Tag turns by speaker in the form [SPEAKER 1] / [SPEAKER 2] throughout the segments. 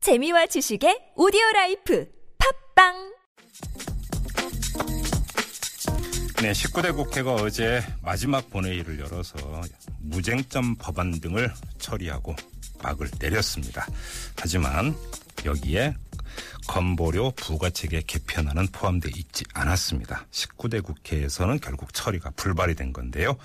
[SPEAKER 1] 재미와 지식의 오디오 라이프 팝빵!
[SPEAKER 2] 네, 19대 국회가 어제 마지막 본회의를 열어서 무쟁점 법안 등을 처리하고 막을 내렸습니다. 하지만 여기에 건보료 부과체계 개편안은 포함되어 있지 않았습니다. 19대 국회에서는 결국 처리가 불발이 된 건데요.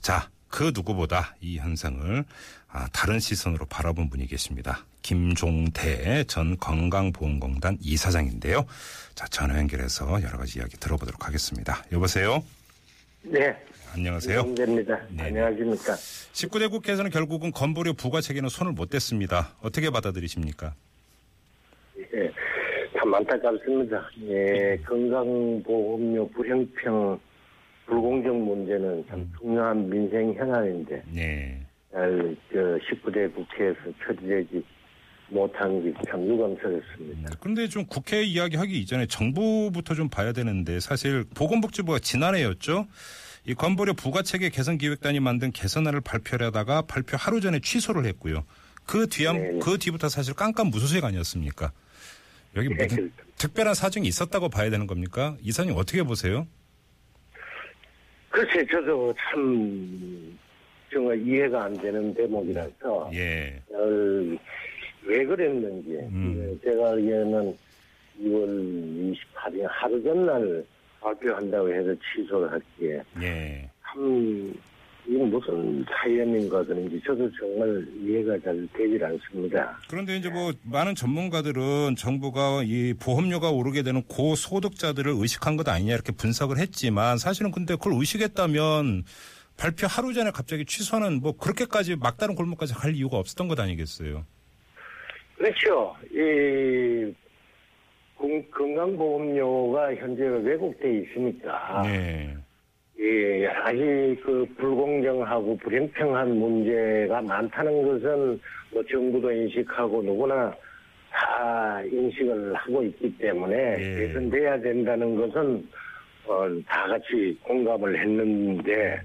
[SPEAKER 2] 자, 그 누구보다 이 현상을 아, 다른 시선으로 바라본 분이 계십니다. 김종태 전 건강보험공단 이사장인데요. 자, 전화 연결해서 여러 가지 이야기 들어보도록 하겠습니다. 여보세요?
[SPEAKER 3] 네.
[SPEAKER 2] 안녕하세요?
[SPEAKER 3] 문제입니다.
[SPEAKER 2] 네.
[SPEAKER 3] 안녕하십니까.
[SPEAKER 2] 19대 국회에서는 결국은 건보료 부과체계는 손을 못 댔습니다. 어떻게 받아들이십니까?
[SPEAKER 3] 예. 참 안타깝습니다.
[SPEAKER 2] 네.
[SPEAKER 3] 예, 건강보험료 불형평, 불공정 문제는 참
[SPEAKER 2] 음.
[SPEAKER 3] 중요한 민생 현안인데,
[SPEAKER 2] 네.
[SPEAKER 3] 잘, 저, 19대 국회에서 처리되지 못한 게 참 유감스럽습니다.
[SPEAKER 2] 그런데 좀 국회 이야기 하기 이전에 정부부터 좀 봐야 되는데 사실 보건복지부가 지난해였죠. 이 건보료 부과체계 개선 기획단이 만든 개선안을 발표하다가 발표 하루 전에 취소를 했고요. 그 뒤,
[SPEAKER 3] 네.
[SPEAKER 2] 그 뒤부터 사실 깜깜 무소식 아니었습니까? 여기
[SPEAKER 3] 네,
[SPEAKER 2] 무슨
[SPEAKER 3] 그렇죠.
[SPEAKER 2] 특별한 사정이 있었다고 봐야 되는 겁니까? 이사님 어떻게 보세요?
[SPEAKER 3] 글쎄, 저도 참, 정말 이해가 안 되는 대목이라서,
[SPEAKER 2] 예.
[SPEAKER 3] 어, 왜 그랬는지
[SPEAKER 2] 음.
[SPEAKER 3] 예, 제가 알기에는 2월 28일 하루 전날 발표한다고 해서 취소를 했기에
[SPEAKER 2] 예.
[SPEAKER 3] 참 이건 무슨 사연인가 그런지 저도 정말 이해가 잘 되질 않습니다.
[SPEAKER 2] 그런데 이제 뭐 많은 전문가들은 정부가 이 보험료가 오르게 되는 고소득자들을 의식한 것 아니냐 이렇게 분석을 했지만 사실은 근데 그걸 의식했다면 발표 하루 전에 갑자기 취소하는 뭐 그렇게까지 막다른 골목까지 갈 이유가 없었던 것 아니겠어요?
[SPEAKER 3] 그렇죠. 이 건- 건강보험료가 현재 왜곡돼 있으니까
[SPEAKER 2] 네.
[SPEAKER 3] 예, 여러 가지 그 불공정하고 불행평한 문제가 많다는 것은 뭐 정부도 인식하고 누구나 다 인식을 하고 있기 때문에
[SPEAKER 2] 예.
[SPEAKER 3] 개선돼야 된다는 것은 어, 다 같이 공감을 했는데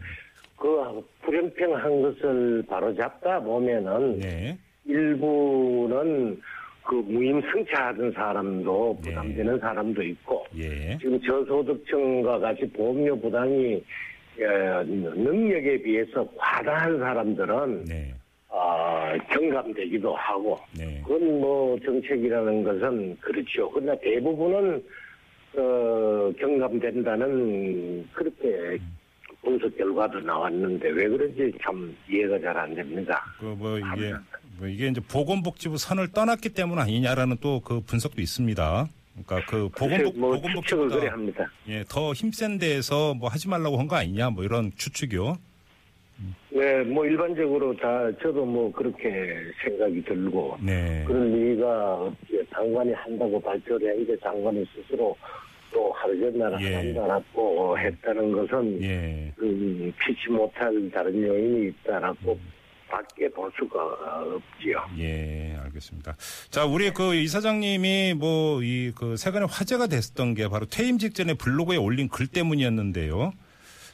[SPEAKER 3] 그 불행평한 것을 바로 잡다 보면은
[SPEAKER 2] 네.
[SPEAKER 3] 일부는 그 무임승차하던 사람도 부담되는 사람도 있고
[SPEAKER 2] 네. 예.
[SPEAKER 3] 지금 저소득층과 같이 보험료 부담이 어, 능력에 비해서 과다한 사람들은
[SPEAKER 2] 네.
[SPEAKER 3] 아, 경감되기도 하고
[SPEAKER 2] 네.
[SPEAKER 3] 그건 뭐 정책이라는 것은 그렇죠. 그러나 대부분은 어, 경감된다는 그렇게 분석 결과도 나왔는데 왜 그런지 참 이해가 잘 안 됩니다.
[SPEAKER 2] 그 뭐 이게 뭐 이게 이제 보건복지부 선을 떠났기 때문 아니냐라는 또 그 분석도 있습니다. 그러니까 그 보건복
[SPEAKER 3] 그래서 뭐 추측을
[SPEAKER 2] 보건복지부가
[SPEAKER 3] 그래 합니다.
[SPEAKER 2] 예, 더 힘센 데에서 뭐 하지 말라고 한 거 아니냐 뭐 이런 추측이요.
[SPEAKER 3] 네, 뭐 일반적으로 다 저도 뭐 그렇게 생각이 들고
[SPEAKER 2] 네.
[SPEAKER 3] 그런 얘기가 어떻게 장관이 한다고 발표를 했는데 장관이 스스로 또 하루 전날
[SPEAKER 2] 예.
[SPEAKER 3] 한다 않았고 했다는 것은
[SPEAKER 2] 예.
[SPEAKER 3] 음, 피치 못할 다른 요인이 있다라고
[SPEAKER 2] 음.
[SPEAKER 3] 밖에 볼 수가 없지요.
[SPEAKER 2] 예, 알겠습니다. 자, 우리 그 이사장님이 뭐 이 그 세간에 화제가 됐었던 게 바로 퇴임 직전에 블로그에 올린 글 때문이었는데요.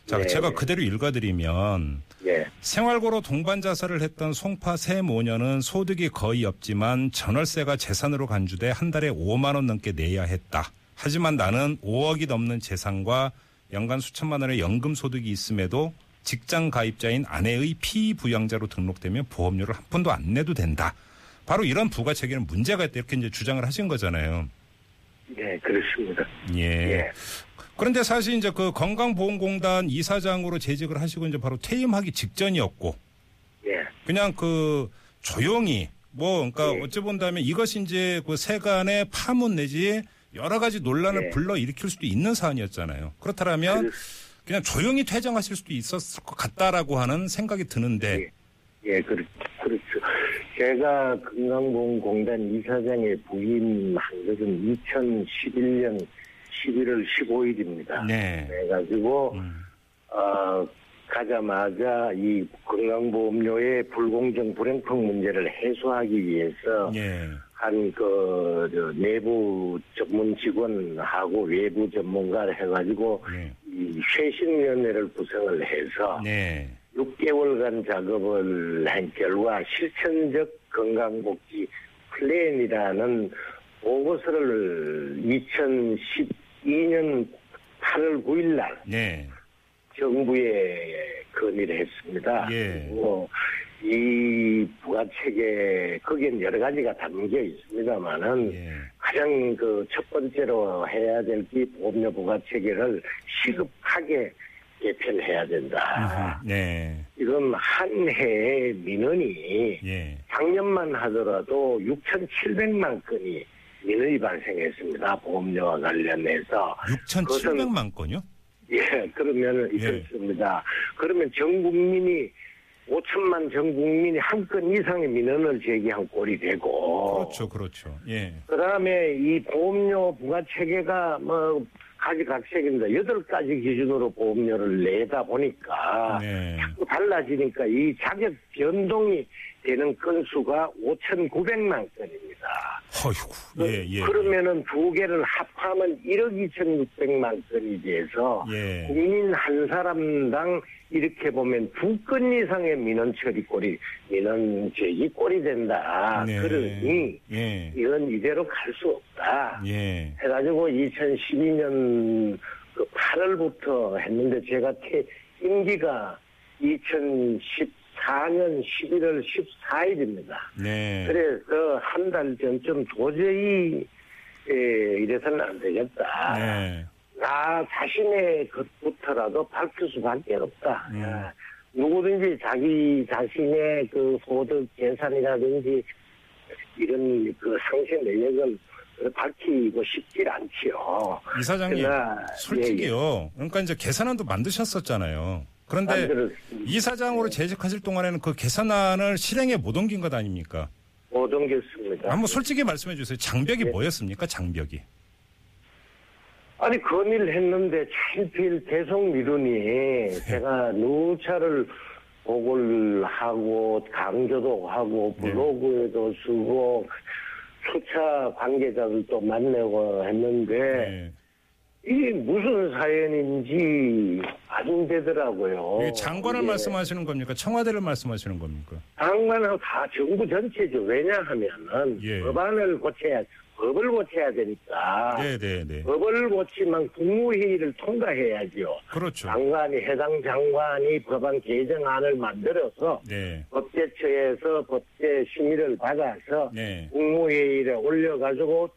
[SPEAKER 2] 자,
[SPEAKER 3] 네.
[SPEAKER 2] 제가 그대로 읽어드리면
[SPEAKER 3] 예,
[SPEAKER 2] 생활고로 동반 자살을 했던 송파 세 모녀는 소득이 거의 없지만 전월세가 재산으로 간주돼 한 달에 5만 원 넘게 내야 했다. 하지만 나는 5억이 넘는 재산과 연간 수천만 원의 연금 소득이 있음에도 직장 가입자인 아내의 피부양자로 등록되면 보험료를 한 푼도 안 내도 된다. 바로 이런 부가 체계는 문제가 있다 이렇게 이제 주장을 하신 거잖아요.
[SPEAKER 3] 예, 그렇습니다.
[SPEAKER 2] 예.
[SPEAKER 3] 예.
[SPEAKER 2] 그런데 사실 이제 그 건강보험공단 이사장으로 재직을 하시고 이제 바로 퇴임하기 직전이었고
[SPEAKER 3] 예,
[SPEAKER 2] 그냥 그 조용히 뭐 그러니까
[SPEAKER 3] 예.
[SPEAKER 2] 어찌 본다면 이것이 이제 그 세간의 파문 내지 여러 가지 논란을
[SPEAKER 3] 예.
[SPEAKER 2] 불러 일으킬 수도 있는 사안이었잖아요. 그렇다면 그냥 조용히 퇴장하실 수도 있었을 것 같다라고 하는 생각이 드는데
[SPEAKER 3] 예, 그렇, 그렇죠. 제가 건강보험공단 이사장에 부임한 것은 2011년 11월 15일입니다.
[SPEAKER 2] 네.
[SPEAKER 3] 그래가지고
[SPEAKER 2] 음.
[SPEAKER 3] 어, 가자마자 이 건강보험료의 불공정 불행평 문제를 해소하기 위해서
[SPEAKER 2] 예.
[SPEAKER 3] 한 그 내부 전문 직원하고 외부 전문가를 해가지고
[SPEAKER 2] 네.
[SPEAKER 3] 이 쇄신위원회를 구성을 해서
[SPEAKER 2] 네.
[SPEAKER 3] 6개월간 작업을 한 결과 실천적 건강복지 플랜이라는 보고서를 2012년 8월 9일 날
[SPEAKER 2] 네.
[SPEAKER 3] 정부에 건의를 했습니다.
[SPEAKER 2] 예.
[SPEAKER 3] 그리고 이 부가책에 거기엔 여러 가지가 담겨 있습니다만은
[SPEAKER 2] 예.
[SPEAKER 3] 가장 그 첫 번째로 해야 될 게 보험료 부가체계를 시급하게 개편해야 된다.
[SPEAKER 2] 음흠. 네.
[SPEAKER 3] 이건 한 해의 민원이
[SPEAKER 2] 예.
[SPEAKER 3] 작년만 하더라도 6,700만 건이 민원이 발생했습니다. 보험료와 관련해서.
[SPEAKER 2] 6,700만 건요?
[SPEAKER 3] 예, 그러면
[SPEAKER 2] 예.
[SPEAKER 3] 있었습니다. 그러면 전 국민이 5천만 전 국민이 한 건 이상의 민원을 제기한 꼴이 되고.
[SPEAKER 2] 그렇죠, 그렇죠. 예.
[SPEAKER 3] 그다음에 이 보험료 부과 체계가 뭐 가지각색입니다. 여덟 가지 기준으로 보험료를 내다 보니까
[SPEAKER 2] 네.
[SPEAKER 3] 자꾸 달라지니까 이 자격 변동이 되는 건수가 5,900만 건입니다.
[SPEAKER 2] 허이구. 예, 예.
[SPEAKER 3] 그 그러면은 두 개를 합하면 1억 2,600만 건이 돼서
[SPEAKER 2] 예.
[SPEAKER 3] 국민 한 사람당 이렇게 보면 두 건 이상의 민원 처리 꼴이 민원 제기 꼴이 된다.
[SPEAKER 2] 네.
[SPEAKER 3] 아, 그러니
[SPEAKER 2] 예.
[SPEAKER 3] 이건 이대로 갈 수 없다.
[SPEAKER 2] 예.
[SPEAKER 3] 해가지고 2012년 그 8월부터 했는데 제가 퇴- 임기가 2014년 11월 14일입니다.
[SPEAKER 2] 네.
[SPEAKER 3] 그래서 한 달 전쯤 도저히 에, 이래서는 안 되겠다.
[SPEAKER 2] 네.
[SPEAKER 3] 나 자신의 것부터라도 밝힐 수밖에 없다.
[SPEAKER 2] 음.
[SPEAKER 3] 아, 누구든지 자기 자신의 그 소득 계산이라든지 이런 그 상세 내역을 밝히고 싶질 않지요.
[SPEAKER 2] 이사장님,
[SPEAKER 3] 그러나, 예,
[SPEAKER 2] 솔직히요. 그러니까 이제 계산안도 만드셨었잖아요.
[SPEAKER 3] 예.
[SPEAKER 2] 그런데
[SPEAKER 3] 만들었습니다. 예.
[SPEAKER 2] 이사장으로 재직하실 동안에는 그 계산안을 실행에 못 옮긴 것 아닙니까?
[SPEAKER 3] 못 옮겼습니다.
[SPEAKER 2] 한번 솔직히 말씀해 주세요.
[SPEAKER 3] 예.
[SPEAKER 2] 장벽이 뭐였습니까? 장벽이.
[SPEAKER 3] 아니 건의를 했는데 차필 계속
[SPEAKER 2] 네.
[SPEAKER 3] 미루니 제가 누차를 보고를 하고 강조도 하고
[SPEAKER 2] 네.
[SPEAKER 3] 블로그에도 쓰고 수차 관계자들도 만나고 했는데
[SPEAKER 2] 예.
[SPEAKER 3] 이게 무슨 사연인지 안 되더라고요.
[SPEAKER 2] 이게 장관을
[SPEAKER 3] 이게
[SPEAKER 2] 말씀하시는 겁니까? 청와대를 말씀하시는 겁니까?
[SPEAKER 3] 장관하고 다 정부 전체죠. 왜냐하면은
[SPEAKER 2] 예.
[SPEAKER 3] 법안을 고쳐야 법을 고쳐야 되니까
[SPEAKER 2] 네, 네, 네.
[SPEAKER 3] 법을 고치면 국무회의를 통과해야죠.
[SPEAKER 2] 그렇죠.
[SPEAKER 3] 장관이 해당 장관이 법안 개정안을 만들어서
[SPEAKER 2] 네.
[SPEAKER 3] 법제처에서 법제 심의를 받아서
[SPEAKER 2] 네.
[SPEAKER 3] 국무회의에 올려가지고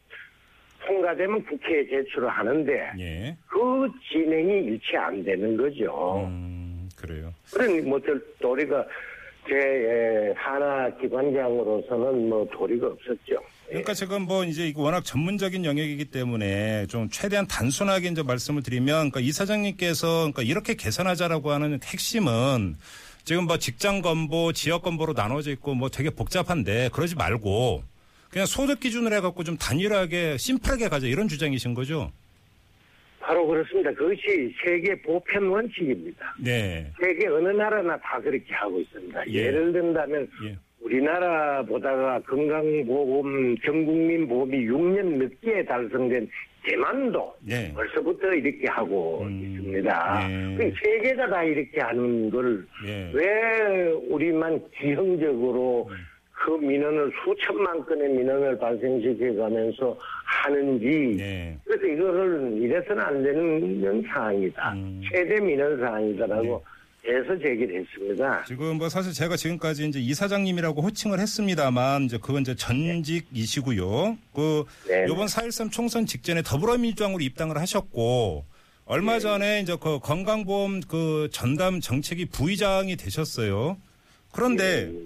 [SPEAKER 3] 통과되면 국회에 제출을 하는데
[SPEAKER 2] 예.
[SPEAKER 3] 그 진행이 일치 안 되는 거죠.
[SPEAKER 2] 음, 그래요.
[SPEAKER 3] 그러니 뭐 저- 도리가 제 예, 하나 기관장으로서는 뭐 도리가 없었죠. 예.
[SPEAKER 2] 그러니까 지금 뭐 이제 이거 워낙 전문적인 영역이기 때문에 좀 최대한 단순하게 이제 말씀을 드리면 그러니까 이사장님께서 그러니까 이렇게 계산하자라고 하는 핵심은 지금 뭐 직장 건보, 지역 건보로 나눠져 있고 뭐 되게 복잡한데 그러지 말고 그냥 소득 기준으로 해갖고 좀 단일하게 심플하게 가자 이런 주장이신 거죠?
[SPEAKER 3] 바로 그렇습니다. 그것이 세계 보편 원칙입니다.
[SPEAKER 2] 네.
[SPEAKER 3] 세계 어느 나라나 다 그렇게 하고 있습니다.
[SPEAKER 2] 예.
[SPEAKER 3] 예. 를 든다면
[SPEAKER 2] 예.
[SPEAKER 3] 우리나라보다가 건강보험 전국민 보험이 6년 늦게 달성된 대만도
[SPEAKER 2] 예.
[SPEAKER 3] 벌써부터 이렇게 하고
[SPEAKER 2] 음,
[SPEAKER 3] 있습니다.
[SPEAKER 2] 예.
[SPEAKER 3] 그 세계가 다 이렇게 하는 걸
[SPEAKER 2] 예.
[SPEAKER 3] 왜 우리만 기형적으로 그 민원을 수천만 건의 민원을 발생시켜가면서 하는지
[SPEAKER 2] 네.
[SPEAKER 3] 그래서 이거를 이래서는 안 되는 사항이다.
[SPEAKER 2] 음. 네.
[SPEAKER 3] 최대 민원 사항이다라고 해서 제기를 했습니다.
[SPEAKER 2] 지금 뭐 사실 제가 지금까지 이제 이사장님이라고 호칭을 했습니다만 이제 그건 이제 전직이시고요. 그
[SPEAKER 3] 네.
[SPEAKER 2] 요번 4.13 총선 직전에 더불어민주당으로 입당을 하셨고 얼마
[SPEAKER 3] 예.
[SPEAKER 2] 전에 이제 그 건강보험 그 전담 정책위 부의장이 되셨어요. 그런데
[SPEAKER 3] 예.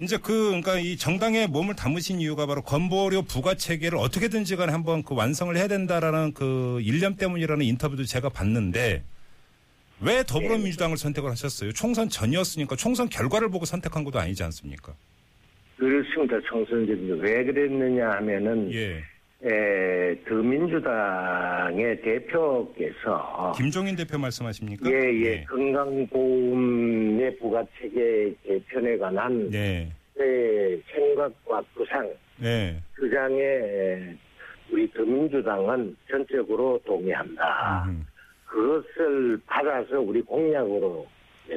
[SPEAKER 2] 이제 그 그러니까 이 정당에 몸을 담으신 이유가 바로 건보료 부과 체계를 어떻게든지 간에 한번 그 완성을 해야 된다라는 그 일념 때문이라는 인터뷰도 제가 봤는데 왜
[SPEAKER 3] 예.
[SPEAKER 2] 더불어민주당을 선택을 하셨어요? 총선 전이었으니까 총선 결과를 보고 선택한 것도 아니지 않습니까?
[SPEAKER 3] 그렇습니다. 청소년들이 왜 그랬느냐 하면은
[SPEAKER 2] 예.
[SPEAKER 3] 에, 더민주당의 대표께서
[SPEAKER 2] 김종인 대표 말씀하십니까?
[SPEAKER 3] 아. 예예
[SPEAKER 2] 네.
[SPEAKER 3] 건강보험의 부가체계 개편에 관한
[SPEAKER 2] 네.
[SPEAKER 3] 제 예, 생각과 구상
[SPEAKER 2] 네.
[SPEAKER 3] 주장에 우리 더민주당은 전적으로 동의한다.
[SPEAKER 2] 음.
[SPEAKER 3] 그것을 받아서 우리 공약으로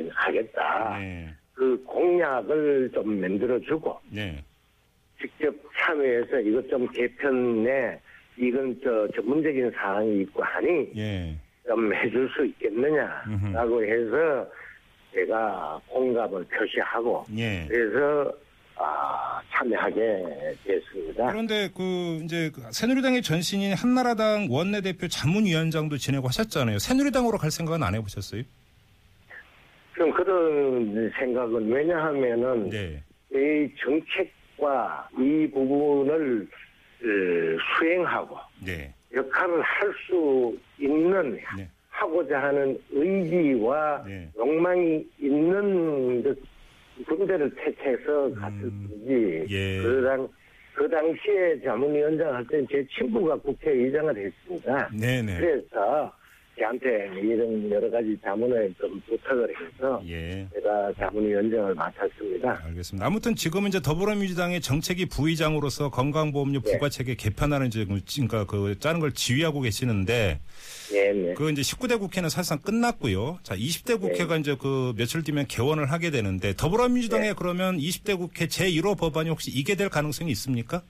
[SPEAKER 3] 하겠다.
[SPEAKER 2] 네.
[SPEAKER 3] 그 공약을 좀 만들어주고
[SPEAKER 2] 네.
[SPEAKER 3] 직접 참여해서 이것 좀 개편에 이건 저 전문적인 사항이 있고 하니
[SPEAKER 2] 예.
[SPEAKER 3] 좀 해줄 수 있겠느냐라고 해서 제가 공감을 표시하고
[SPEAKER 2] 예.
[SPEAKER 3] 그래서 아, 참여하게 됐습니다.
[SPEAKER 2] 그런데 그 이제 그 새누리당의 전신인 한나라당 원내대표 자문위원장도 지내고 하셨잖아요. 새누리당으로 갈 생각은 안 해보셨어요?
[SPEAKER 3] 좀 그런 생각은 왜냐하면은
[SPEAKER 2] 네.
[SPEAKER 3] 이 정책과 이 부분을 어, 수행하고
[SPEAKER 2] 네.
[SPEAKER 3] 역할을 할 수 있는
[SPEAKER 2] 네.
[SPEAKER 3] 하고자 하는 의지와
[SPEAKER 2] 네.
[SPEAKER 3] 욕망이 있는 그 군대를 택해서 갔을
[SPEAKER 2] 음,
[SPEAKER 3] 뿐이지
[SPEAKER 2] 예.
[SPEAKER 3] 그, 당, 그 당시에 자문위원장 할 때는 제 친구가 국회의장을 했습니다.
[SPEAKER 2] 네네.
[SPEAKER 3] 그래서 저한테 이런 여러 가지 자문을 좀 부탁을 해서
[SPEAKER 2] 예.
[SPEAKER 3] 제가 자문위원장을 맡았습니다.
[SPEAKER 2] 알겠습니다. 아무튼 지금 이제 더불어민주당의 정책위 부의장으로서 건강보험료 부과체계 개편안을 이제 그- 그러니까 그 짜는 걸 지휘하고 계시는데
[SPEAKER 3] 예, 네.
[SPEAKER 2] 그 이제 19대 국회는 사실상 끝났고요. 자, 20대
[SPEAKER 3] 네.
[SPEAKER 2] 국회가 이제 그 며칠 뒤면 개원을 하게 되는데 더불어민주당에 그러면 20대 국회 제1호 법안이 혹시 이게 될 가능성이 있습니까?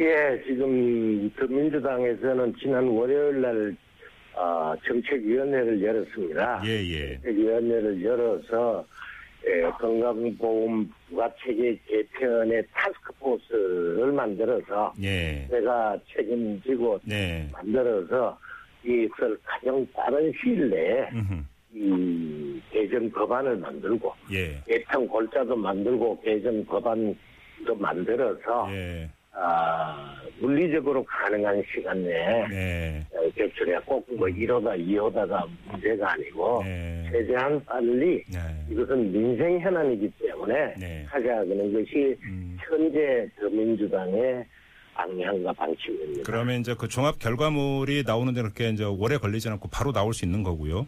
[SPEAKER 3] 예, 지금 그 민주당에서는 지난 월요일 날 아, 정책위원회를 열었습니다.
[SPEAKER 2] 예, 예.
[SPEAKER 3] 정책위원회를 열어서 예, 건강보험 부가체계 개편의 타스크포스를 만들어서 네.
[SPEAKER 2] 예.
[SPEAKER 3] 제가 책임지고
[SPEAKER 2] 네.
[SPEAKER 3] 만들어서 이것을 가장 빠른 시일 내에
[SPEAKER 2] 음흠.
[SPEAKER 3] 이 개정 법안을 만들고
[SPEAKER 2] 예.
[SPEAKER 3] 개편 골자도 만들고 개정 법안도 만들어서
[SPEAKER 2] 예.
[SPEAKER 3] 아, 물리적으로 가능한 시간 내에
[SPEAKER 2] 네. 음.
[SPEAKER 3] 어, 제출해야 꼭뭐 이러다 이러다가 문제가 아니고
[SPEAKER 2] 네.
[SPEAKER 3] 최대한 빨리
[SPEAKER 2] 네.
[SPEAKER 3] 이것은 민생 현안이기 때문에
[SPEAKER 2] 네.
[SPEAKER 3] 하자는 것이
[SPEAKER 2] 음.
[SPEAKER 3] 현재 더민주당의 방향과 방침입니다.
[SPEAKER 2] 그러면 이제 그 종합 결과물이 나오는데 그렇게 이제 오래 걸리지 않고 바로 나올 수 있는 거고요.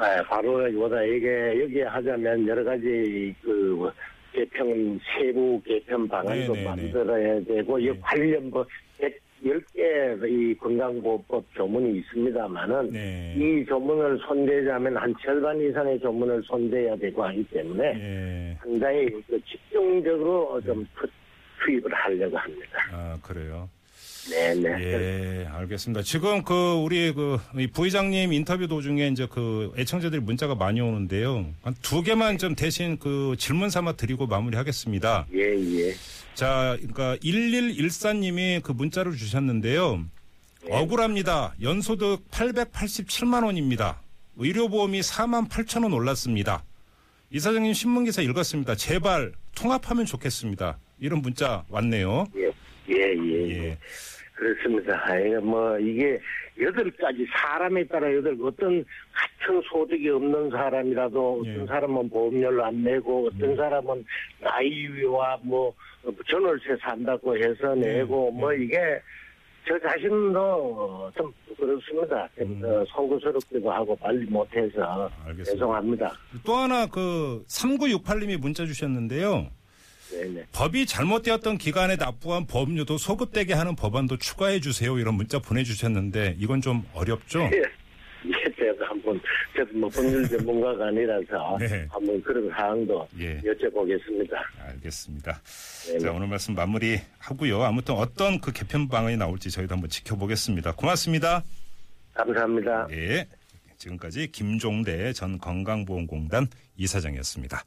[SPEAKER 3] 네, 바로 이거다 이게 여기 하자면 여러 가지 그 개편 세부 개편 방안도
[SPEAKER 2] 네, 네,
[SPEAKER 3] 만들어야 되고 이 관련 법 10개 이 건강보호법 조문이 있습니다만은
[SPEAKER 2] 네.
[SPEAKER 3] 이 조문을 손대자면 한 절반 이상의 조문을 손대야 되고 하기 때문에
[SPEAKER 2] 예.
[SPEAKER 3] 상당히 그 집중적으로
[SPEAKER 2] 네.
[SPEAKER 3] 좀 투- 투입을 하려고 합니다.
[SPEAKER 2] 아, 그래요.
[SPEAKER 3] 네네.
[SPEAKER 2] 예, 알겠습니다. 지금 그 우리 그이 부의장님 인터뷰 도중에 이제 그 애청자들이 문자가 많이 오는데요. 한 두 개만 좀 대신 그 질문 삼아 드리고 마무리하겠습니다.
[SPEAKER 3] 예, 예.
[SPEAKER 2] 자, 그러니까 1114님이 그 문자를 주셨는데요. 억울합니다. 연소득 887만 원입니다. 의료보험이 4만 8천 원 올랐습니다. 이사장님 신문기사 읽었습니다. 제발 통합하면 좋겠습니다. 이런 문자 왔네요.
[SPEAKER 3] 예, 예, 예.
[SPEAKER 2] 예.
[SPEAKER 3] 예. 그렇습니다. 예, 뭐 이게 여덟 가지 사람에 따라 여덟 어떤 같은 소득이 없는 사람이라도
[SPEAKER 2] 예. 음.
[SPEAKER 3] 어떤 사람은 보험료를 안 내고 어떤 사람은 나이와 뭐 전월세 산다고
[SPEAKER 2] 음.
[SPEAKER 3] 해서 내고 뭐 이게 저 자신도 좀 그렇습니다. 어, 송구스럽기도 하고 빨리 못해서
[SPEAKER 2] 음. 알겠습니다.
[SPEAKER 3] 죄송합니다.
[SPEAKER 2] 또 하나 그 3968님이 문자 주셨는데요.
[SPEAKER 3] 네네.
[SPEAKER 2] 법이 잘못되었던 기간에 납부한 법률도 소급되게 하는 법안도 추가해 주세요. 이런 문자 보내주셨는데 이건 좀 어렵죠?
[SPEAKER 3] 예, 예, 제가 한번 저도 뭐 법률 전문가가 아니라서
[SPEAKER 2] 네.
[SPEAKER 3] 한번 그런 사항도
[SPEAKER 2] 예.
[SPEAKER 3] 여쭤보겠습니다.
[SPEAKER 2] 알겠습니다.
[SPEAKER 3] 네,
[SPEAKER 2] 자, 오늘 말씀 마무리 하고요. 아무튼 어떤 그 개편 방안이 나올지 저희도 한번 지켜보겠습니다. 고맙습니다.
[SPEAKER 3] 감사합니다.
[SPEAKER 2] 예. 지금까지 김종대 전 건강보험공단 이사장이었습니다.